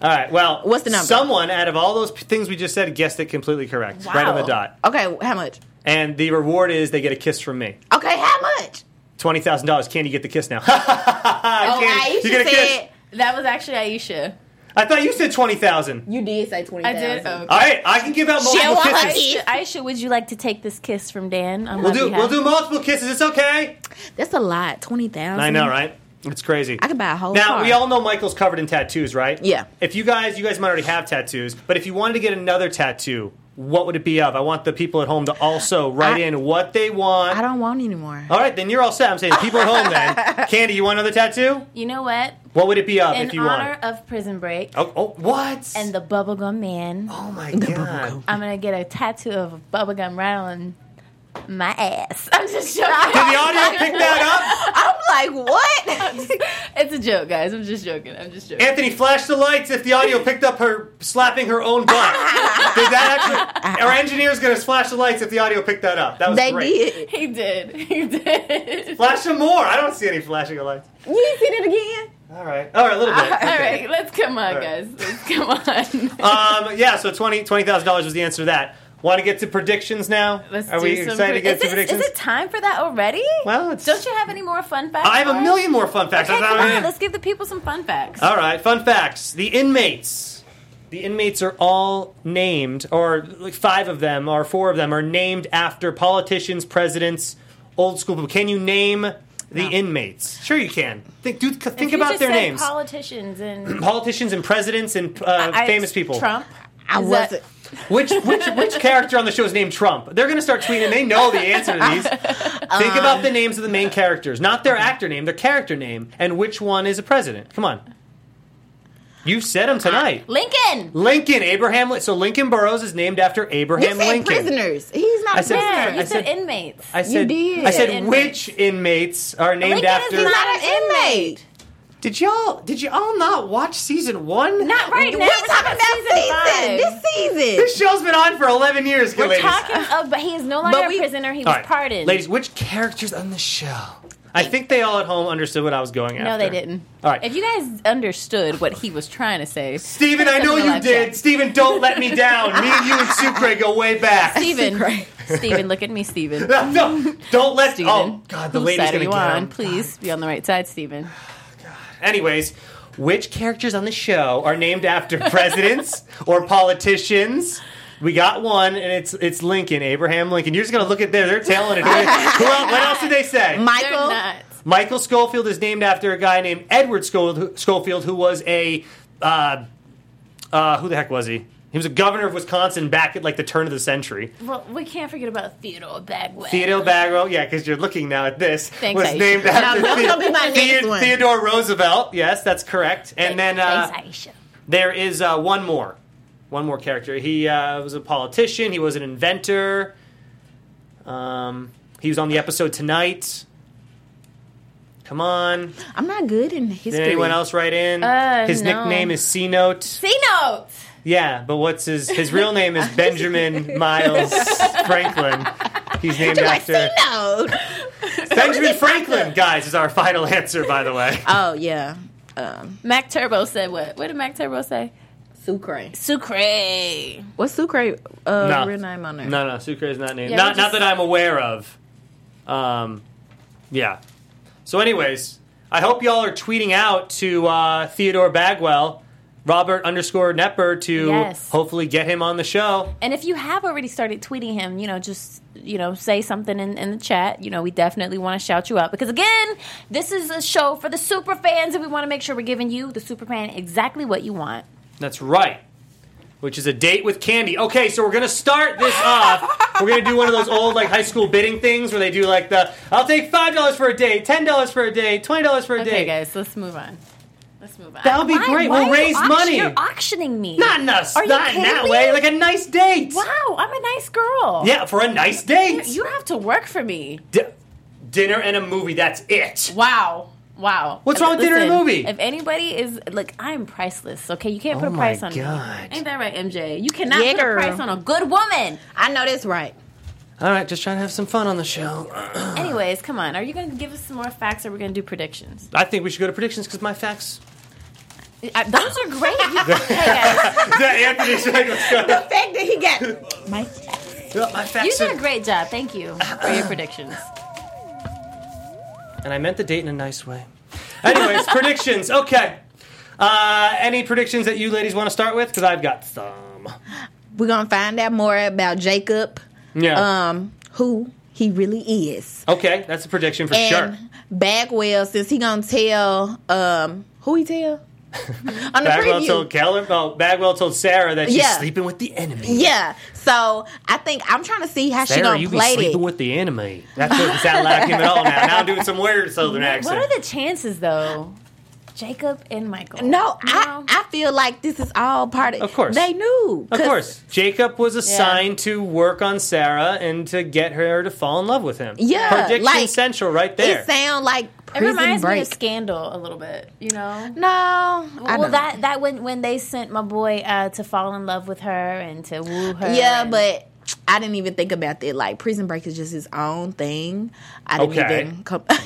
All right. Well, What's the number? Someone out of all those p- things we just said guessed it completely correct, right on the Wow. dot. Okay, how much? And the reward is they get a kiss from me. Okay, how much? Twenty thousand dollars. Can you get the kiss now? Oh, Candy, you Aisha get a kiss. said That was actually Aisha. I thought you said twenty thousand. you did say twenty I thousand. did. Okay. All right, I can give out multiple want her kisses. kiss. Aisha, Aisha, would you like to take this kiss from Dan? on We'll my do behalf? we'll do multiple kisses. It's okay. oh. That's a lot. Twenty thousand. I know, right? It's crazy. I could buy a whole. Now car. we all know Michael's covered in tattoos, right? Yeah. If you guys, you guys might already have tattoos, but if you wanted to get another tattoo, what would it be of? I want the people at home to also write I- in what they want. I don't want anymore. All right, then you're all set. I'm saying the people at home. Then, Candy, you want another tattoo? You know what? What would it be of In if you honor want? of Prison Break Oh, oh, what? and the Bubblegum Man, oh my god! I'm going to get a tattoo of a bubblegum right on my ass. I'm just joking. Did the audio pick that I'm like, what? It's a joke, guys. I'm just joking. I'm just up? joking. Anthony, flash the lights if the audio picked up her slapping her own butt. Did that actually? Our engineer's gonna flash the lights if the audio picked that up. That was they great. did. He did. He did. Flash some more. I don't see any flashing of lights. You didn't see that again. All right. All right, a little bit. All right, let's come on, right. guys. Let's come on. Um, yeah, so $20,000 $20,000 was the answer to that. Want to get to predictions now? Let's Are do we some excited to pre- get is to it- predictions? Is it time for that already? Well, it's- don't you have any more fun facts? I have for a us? million more fun facts. Uh, Okay, I thought- come on, let's give the people some fun facts. All right, fun facts. The inmates. The inmates are all named, or like five of them, or four of them, are named after politicians, presidents, old school people. Can you name the inmates? Sure, you can. Think, do, If think you about just their said names. Politicians and politicians and presidents and uh, I- famous people. Trump. I Is that- wasn't. Which which which character on the show is named Trump? They're gonna start tweeting. They know the answer to these. Um, Think about the names of the main characters, not their actor name, their character name, and which one is a president. Come on, you said them tonight. Lincoln. Lincoln, Abraham. Lin- So Lincoln Burrows is named after You Abraham said Lincoln. prisoners. He's not I a said- prisoner. Yeah, you I said, said- inmates. I said. did. I said Inmates. which inmates are named Lincoln is after. He's not- not an inmate. did y'all? Did y'all not watch season one? Not right now. We're talking about season. This This season. show's been on for eleven years, We're ladies. talking of, but he is no longer But we- a prisoner. He All was right. pardoned. Ladies, which characters on the show? I think they all at home understood what I was going after. no, they didn't. All right. If you guys understood what he was trying to say, Steven, I know Something you like did. that. Steven, don't let me down. Me and you and Sucre go way back. Steven, Steven, look at me, Steven. no, don't let. Steven. Oh God, the whose lady's side are gonna you get on? him. Please be on the right side, Steven. Anyways, which characters on the show are named after presidents or politicians? We got one, and it's it's Lincoln, Abraham Lincoln. You're just gonna look at there. They're telling it. Who else, what else did they say? Michael. Michael Schofield is named after a guy named Edward Scho- Schofield, who was a uh, uh, who the heck was he? He was a governor of Wisconsin back at like the turn of the century. Well, we can't forget about Theodore Bagwell. Theodore Bagwell, yeah, because you're looking now at this, Thanks, was Aisha. named after Now, that's gonna be my next one. Theodore Roosevelt. Yes, that's correct. And then uh, Thanks, Aisha. there is uh, one more, one more character. He uh, was a politician. He was an inventor. Um, he was on the episode tonight. Come on. I'm not good in Did history. anyone else write in? Uh, his no. nickname is C Note. C note. Yeah, but what's his his real name is Benjamin Miles Franklin. He's named You're like, after no. Benjamin Franklin. Guys is our final answer, by the way. Oh yeah. Um, Mac Turbo said what? What did Mac Turbo say? Sucre. Sucre. All What's Sucre? Uh, No. real name on there. No, no, Sucre is not named. Yeah, not we're not just- that I'm aware of. Um, yeah. So, anyways, I hope y'all are tweeting out to uh, Theodore Bagwell, Robert underscore Nepper to Yes. hopefully get him on the show. And if you have already started tweeting him, you know, just you know, say something in, in the chat. You know, we definitely want to shout you out because again, this is a show for the super fans, and we want to make sure we're giving you the super fan exactly what you want. That's right. Which is a date with candy. Okay, so we're gonna start this off. We're gonna do one of those old like high school bidding things where they do like the I'll take five dollars for a date, ten dollars for a date, twenty dollars for a Okay, date. guys, let's move on. Let's move on. That would be great. why we'll are you raise auction- money. You're auctioning me. Not in us. Are you Not in kidding that me? way. Like a nice date. Wow, I'm a nice girl. Yeah, for a nice date. You have to work for me. Di- dinner and a movie. That's it. Wow. Wow. What's wrong with dinner and a movie? If anybody is like, I'm priceless. Okay, you can't put Oh a my price on God. me. Ain't that right, MJ? You cannot Yeah, put a girl. price on a good woman. I know that's right. All right, just trying to have some fun on the show. Anyways, come on. Are you going to give us some more facts, or we're going to do predictions? I think we should go to predictions because my facts. I, those are great. You- hey guys, Anthony's like, let's go. The fact that he got my No, my you facts. did a are- great job. Thank you for your predictions. and I meant the date in a nice way. Anyways, predictions. Okay. Uh, any predictions that you ladies want to start with? Because I've got some. we're gonna find out more about Jacob, Yeah. um, who he really is. Uh, okay, that's a prediction for And sure. Bagwell, since he gonna tell um who he tell? On the Bagwell preview. told Keller. Oh, Bagwell told Sarah that she's Yeah. sleeping with the enemy. yeah. So I think I'm trying to see how she Sarah, gonna you be play sleeping it. with the enemy. That doesn't sound like him at all. Now, now I'm doing some weird Southern What accent. are the chances, though? Jacob and Michael. no, I, No. I feel like this is all part of. Of course. they knew. Of 'Cause course. Jacob was assigned to work on Sarah and to get her to fall in love with him. Yeah, Prediction like, central right there. It sound like It prison reminds break. me of Scandal a little bit. You know. No, I well, don't. that that when when they sent my boy uh, to fall in love with her and to woo her. Yeah, and- but I didn't even think about that. Like Prison Break is just his own thing. I didn't Okay. even com-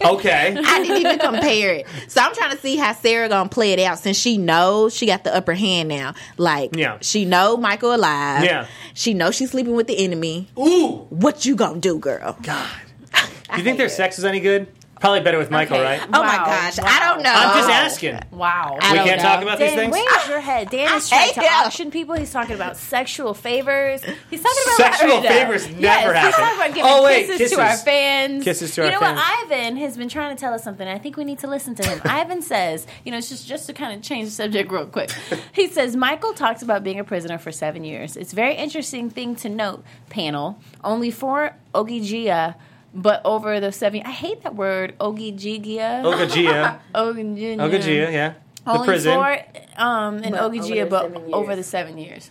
okay. I didn't even compare it. So I'm trying to see how Sarah gonna play it out since she knows she got the upper hand now. Like Yeah. she know Michael alive. Yeah. She knows she's sleeping with the enemy. Ooh. What you gonna do, girl? God. Do you think their sex is any good? Probably better with Michael, Okay. Oh. right? Oh my Wow. gosh. Wow. I don't know. I'm just asking. wow. I We don't can't know. talk about these Dan, things? where's your head? Dan is I trying to hate him. auction people. He's talking about sexual favors. He's talking about Sexual Rashida. favors never yes, He's happen. talking about giving Oh, wait, kisses, kisses. to our fans. Kisses to you our know fans. what? Ivan has been trying to tell us something. I think we need to listen to him. Ivan says, you know, it's just just to kind of change the subject real quick. He says Michael talks about being a prisoner for seven years. It's very interesting thing to note. Panel only four Ogigia. But over the seven, I hate that word, Ogigia. Ogagia. Ogigia. Ogagia, yeah. The Only prison. for um in But over Ogigia, the but seven years. over the seven years.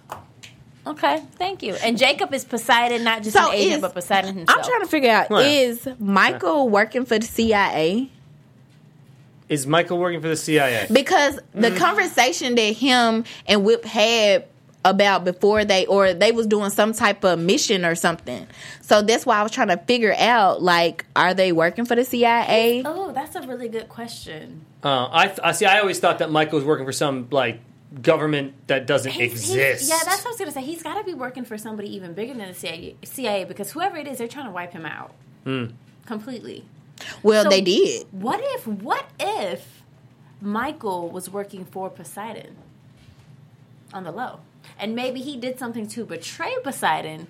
Okay, thank you. And Jacob is Poseidon, not just So an agent, is- but Poseidon himself. I'm trying to figure out Well, is Michael working for the CIA? Is Michael working for the CIA? because Mm. the conversation that him and Whip had about before they or they was doing some type of mission or something. So that's why I was trying to figure out like are they working for the CIA? Oh, that's a really good question. Uh, I, th- I see. I always thought that Michael was working for some like government that doesn't He's- he's- exist. yeah, that's what I was gonna say. He's got to be working for somebody even bigger than the CIA, CIA because whoever it is, they're trying to wipe him out completely. Well, So- they did. What if? What if Michael was working for Poseidon on the low, and maybe he did something to betray Poseidon,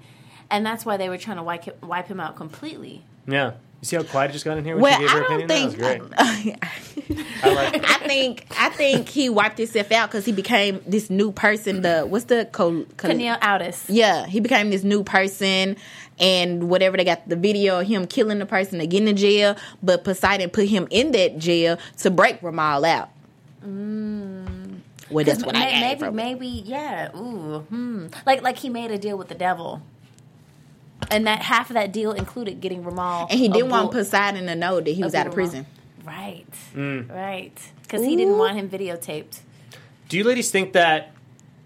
and that's why they were trying to wipe him, wipe him out completely. yeah. You see how quiet it just got in here when Well, she gave her I opinion. don't that was think great. I like. I think I think he wiped himself out cuz he became this new person the what's the co- co- Keneal Otis. Yeah, he became this new person, and whatever they got the video of him killing the person again in jail, but Poseidon put him in that jail to break Ramal out. Well, that's what I got maybe, from it. maybe, yeah. Ooh, hmm. Like, like he made a deal with the devil, and that half of that deal included getting Ramal. And he a didn't want bull- Poseidon to know that he was a out of bull Ramal. prison. Right, right, because he didn't Ooh. want him videotaped. Do you ladies think that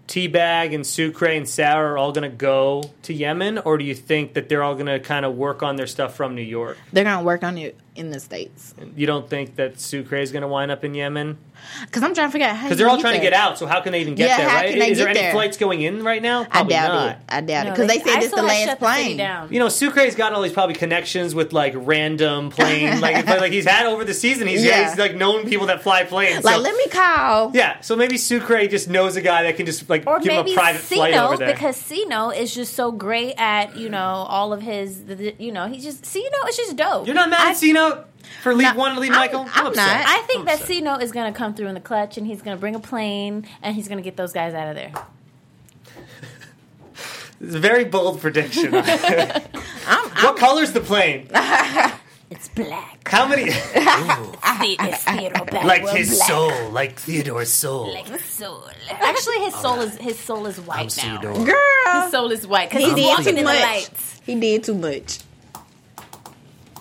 Teabag and Sucre and Sarah are all going to go to Yemen, or do you think that they're all going to kind of work on their stuff from New York? They're gonna work on it in the states You don't think that Sucre is going to wind up in Yemen because I'm trying to figure out how because they're all trying to get out. So how can they even get Yeah, there? how right? can they is there get any there? flights going in right now? I Probably doubt not. it. I doubt it No, because they, said this ISIL the has last shut the city plane. down. You know, Sucre's got all these probably connections with like random plane, like like he's had over the season. He's, Yeah. he's like known people that fly planes. Like, so- let me call. yeah, so maybe Sucre just knows a guy that can just like or give him maybe a private flight Sino over there. because Sino is just so great at you know all of his the, the- you know he just Sino is just dope. You're not mad at Sino for leave one to leave I'm- Michael. I'm upset. not. I think Oh, that Sino is going to come through in the clutch and he's going to bring a plane and he's going to get those guys out of there. It's a very bold prediction. I'm, what color's the plane? It's black. How many? The- It's Theodore Bagwell Like his black. soul, like Theodore's soul. Like his soul. Actually, Oh, his soul is his soul is white I'm now. Theodore. girl, His soul is white because he he's did walking too in the much. lights. He did too much.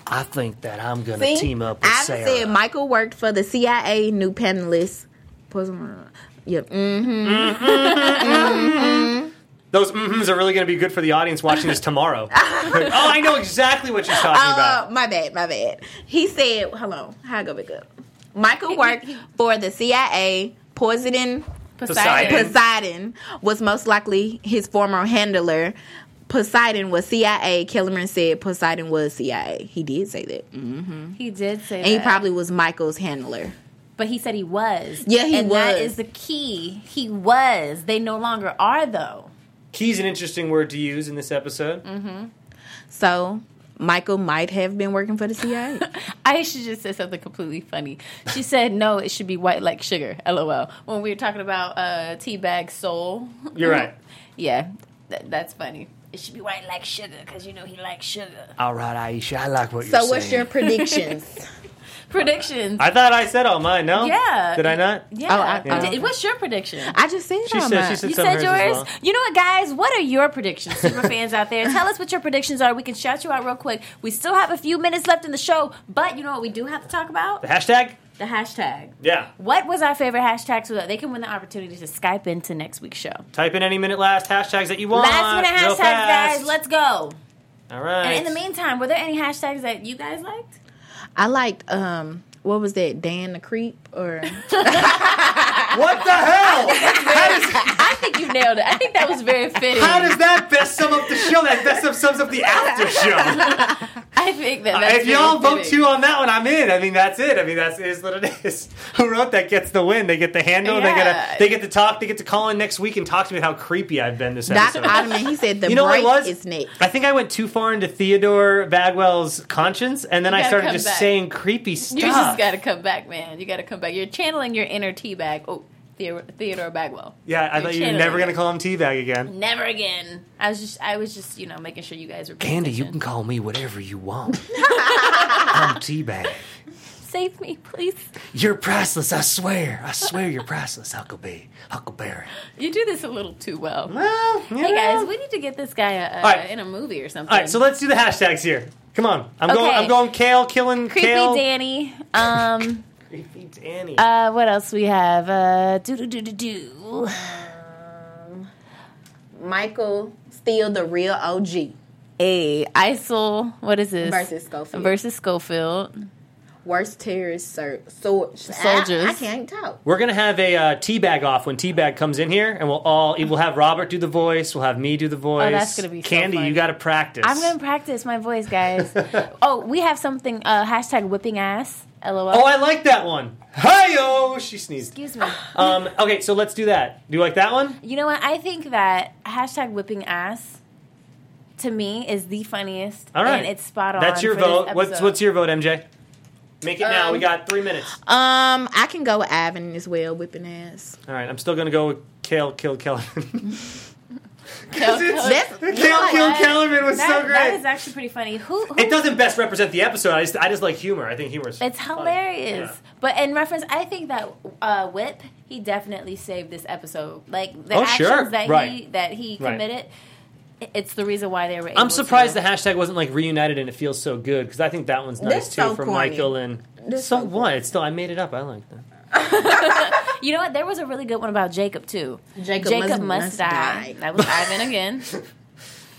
I think that I'm gonna See? team up with I Sarah. said Michael worked for the CIA new panelists. Poison- Yep. Mm. Those mm-hmms are really going to be good for the audience watching this tomorrow. oh, I know exactly what she's talking Uh, about. my bad, my bad. He said, hello, how I go back up? Michael worked for the CIA, poisoning Poseidon. Poseidon was most likely his former handler. Poseidon was CIA. Kellerman said Poseidon was CIA. He did say that. And He did say he that. probably was Michael's handler. but he said he was. Yeah, he and that was. is the key. He was. They no longer are, though. Key's an interesting word to use in this episode. Mm-hmm. So Michael might have been working for the CIA. Aisha just said something completely funny. She said, "No, it should be white like sugar." LOL. When we were talking about uh, teabag soul, You're Mm-hmm. right. yeah, th- that's funny. It should be white like sugar because you know he likes sugar. All right, Aisha, I like what you're so what's your saying. predictions? Predictions. I thought I said all mine. No, Yeah. did I not? yeah. Oh, I- You did- oh. What's your prediction? I just said She all said- mine. she said- You Some said hers as yours. well. You know what, guys? What are your predictions, super fans out there? Tell us what your predictions are. We can shout you out real quick. We still have a few minutes left in the show, but you know what? We do have to talk about The hashtag. the hashtag. Yeah. What was our favorite hashtag so that they can win the opportunity to Skype into next week's show? Type in any minute last hashtags that you want. Last minute real hashtags, fast. guys. Let's go. all right. And in the meantime, were there any hashtags that you guys liked? I liked um what was that, Dan the Creep or what the hell? I think you nailed it. I think that was very fitting. How does that best sum up the show? That best up sums up the after show. I think that that's Uh, if y'all very vote fitting. two on that one, I'm in. I mean, that's it. I mean, that's it is what it is. Who wrote that gets the win. They get the handle. They get Yeah. a, They get to talk. They get to call in next week and talk to me about how creepy I've been this Dr. episode. Ottoman, he said the You know what it break was? is next. I think I went too far into Theodore Bagwell's conscience, and then You I gotta started come just back. saying creepy stuff. You just got to come back, man. You got to come back. You're channeling your inner teabag. Oh, Theodore, Theodore Bagwell. yeah, I You're thought you were channeling never it. going to call him Teabag again. Never again. I was just, I was just, you know, making sure you guys were. paying Candy, you can attention. call me whatever you want. I'm Teabag. save me, please. You're priceless, I swear. I swear you're priceless, Huckleberry. Huckleberry. You do this a little too well. Well, you Hey know. guys, we need to get this guy uh, right. in a movie or something. All right, so let's do the hashtags here. Come on, I'm going. Okay. I'm going kale killing creepy kale. Danny. Um, Creepy Danny. uh, what else we have? Uh, do do do do do. Michael still the real OG A ISIL. What is this? versus Schofield. versus Schofield. Worst terrorist sir, so, Soldiers. I, I can't talk. We're gonna have a uh, teabag off when teabag comes in here, and we'll all we'll have Robert do the voice. We'll have me do the voice. Oh, that's gonna be so Candy. fun. You got to practice. I'm gonna practice my voice, guys. oh, we have something. Uh, hashtag whipping ass. LOL. Oh, I like that one. Hiyo, she sneezed. Excuse me. Um, okay, so let's do that. Do you like that one? You know what? I think that hashtag whipping ass to me is the funniest. All right, And it's spot on. That's your for this vote. What's episode. what's your vote, MJ? Make it now. Um, We got three minutes. Um, I can go with Ivan as well, whipping ass. All right, I'm still gonna go with kale kill Kellerman. Tell- tell- That's kale kill Kellerman was that- so great. That is actually pretty funny. Who? who It doesn't best represent the episode. I just, I just like humor. I think humor is. It's funny. hilarious. Yeah. But in reference, I think that uh, Whip he definitely saved this episode. Like the Oh, actions sure. that he Right. that he Right. committed, i- it's the reason why they were. Able I'm surprised to, the hashtag wasn't like reunited and it feels so good because I think that one's nice That's too so for corny. Michael and. That's so so what? It's still I made it up. I like that. You know what? There was a really good one about Jacob too. Jacob must- must die. That was Ivan again.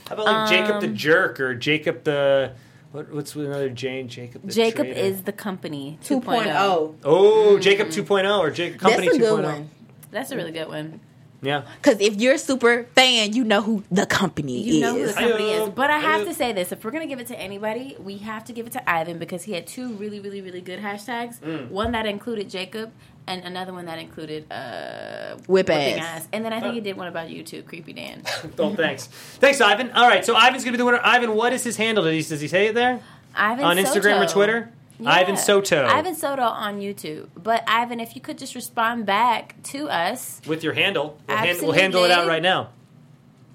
How about like Jacob Um, the jerk or Jacob the what, what's with another Jane? Jacob. The Jacob traitor? is the company oh. 2.0. 2.0. Hmm. Oh, Jacob 2.0 or Jacob That's Company oh. a good 2.0. one. That's a really good one. Yeah. Because if you're a super fan, you know who the company You know who the is. company Ayo. is. But I have Ayo. to say this if we're going to give it to anybody, we have to give it to Ivan because he had two really, really, really good hashtags. Mm. One that included Jacob and another one that included uh, Whip whipping ass. ass. And then I think he did one about you too, Creepy Dan. Oh, thanks. Thanks, Ivan. All right, so Ivan's gonna be the winner. Ivan, what is his handle? Did he, does he say it there Ivan on Instagram or Soto. Twitter? Yeah. Ivan Soto. Ivan Soto on YouTube. But Ivan, if you could just respond back to us, with your handle. We'll, hand, we'll handle it out Absolutely. right now.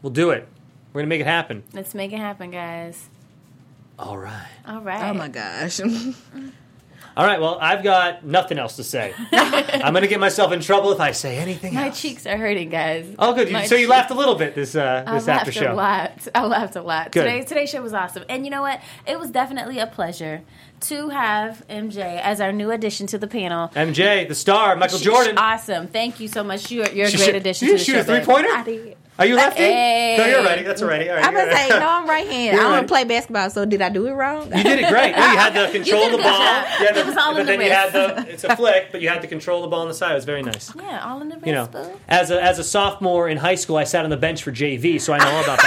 We'll do it. We're gonna make it happen. let's make it happen, guys. All right. All right. Oh my gosh. All All right, well, I've got nothing else to say. I'm going to get myself in trouble if I say anything My else. cheeks are hurting, guys. Oh, good. You- My so you cheeks- laughed a little bit this uh, I this laughed after show. a lot. I laughed a lot. Good. Today, today's show was awesome, and you know what? It was definitely a pleasure to have MJ as our new addition to the panel. MJ, the star, Michael She's Jordan. Awesome. Thank you so much. You're, you're a She great shoot- addition you to the shoot show. a babe. three-pointer? I did. Are you lefty? Hey. No, you're righty. That's alrighty. All right, I'm you're gonna say right. no. I'm right hand. I You're don't right. play basketball, so did I do it wrong? You did it great. No, you had the control did of the a good ball. job. You had It was all but in the then you had the. It's a flick, but you had to control the ball on the side. It was very nice. Yeah, all in the wrist, You know, boo. as a, as a sophomore in high school, I sat on the bench for JV, so I know all about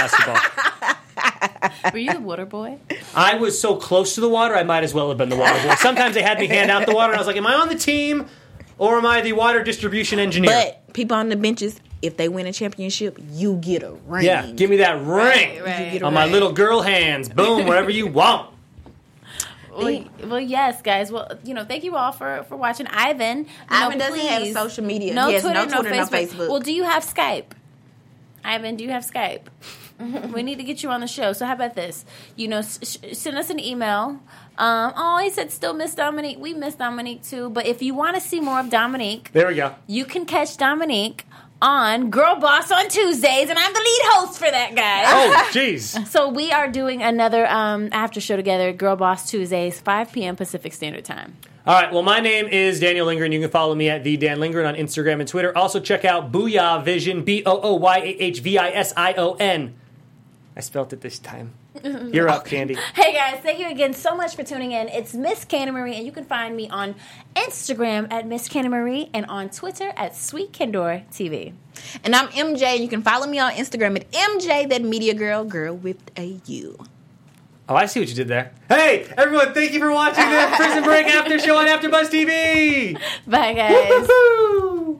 basketball. Were you the water boy? I was so close to the water, I might as well have been the water boy. Sometimes they had me hand out the water, and I was like, "Am I on the team, or am I the water distribution engineer?" But people on the benches, if they win a championship, you get a ring. yeah, give me that ring Right, right. You get a on my ring. little girl hands. Boom, wherever you want. Well, well, yes, guys. Well, you know, thank you all for for watching. Ivan, you Ivan know, doesn't have please. social media. No He has Twitter, no Twitter, no no Facebook. Facebook. Well, do you have Skype? Ivan, do you have Skype? we need to get you on the show. So how about this? You know, s- sh- send us an email. Um, oh, he said still miss Dominique. We miss Dominique too. But if you want to see more of Dominique, There we go. you can catch Dominique on Girl Boss on Tuesdays, and I'm the lead host for that, guys. Oh, jeez. So we are doing another um, after show together, Girl Boss Tuesdays, 5 p.m. Pacific Standard Time. All right. Well, my name is Daniel Lingren. You can follow me at the Dan Lingren on Instagram and Twitter. Also, check out Booyah Vision. B o o y a h v i s i o n. I spelt it this time. You're up, Candy. Hey guys, thank you again so much for tuning in. It's Miss Canna Marie, and you can find me on Instagram at Miss Canna Marie and on Twitter at Sweet Kendor TV. And I'm MJ, and you can follow me on Instagram at MJ that media girl, girl with a U. Oh, I see what you did there. Hey, everyone! Thank you for watching the Prison Break After Show on AfterBuzz TV. Bye guys. Woo-hoo!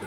The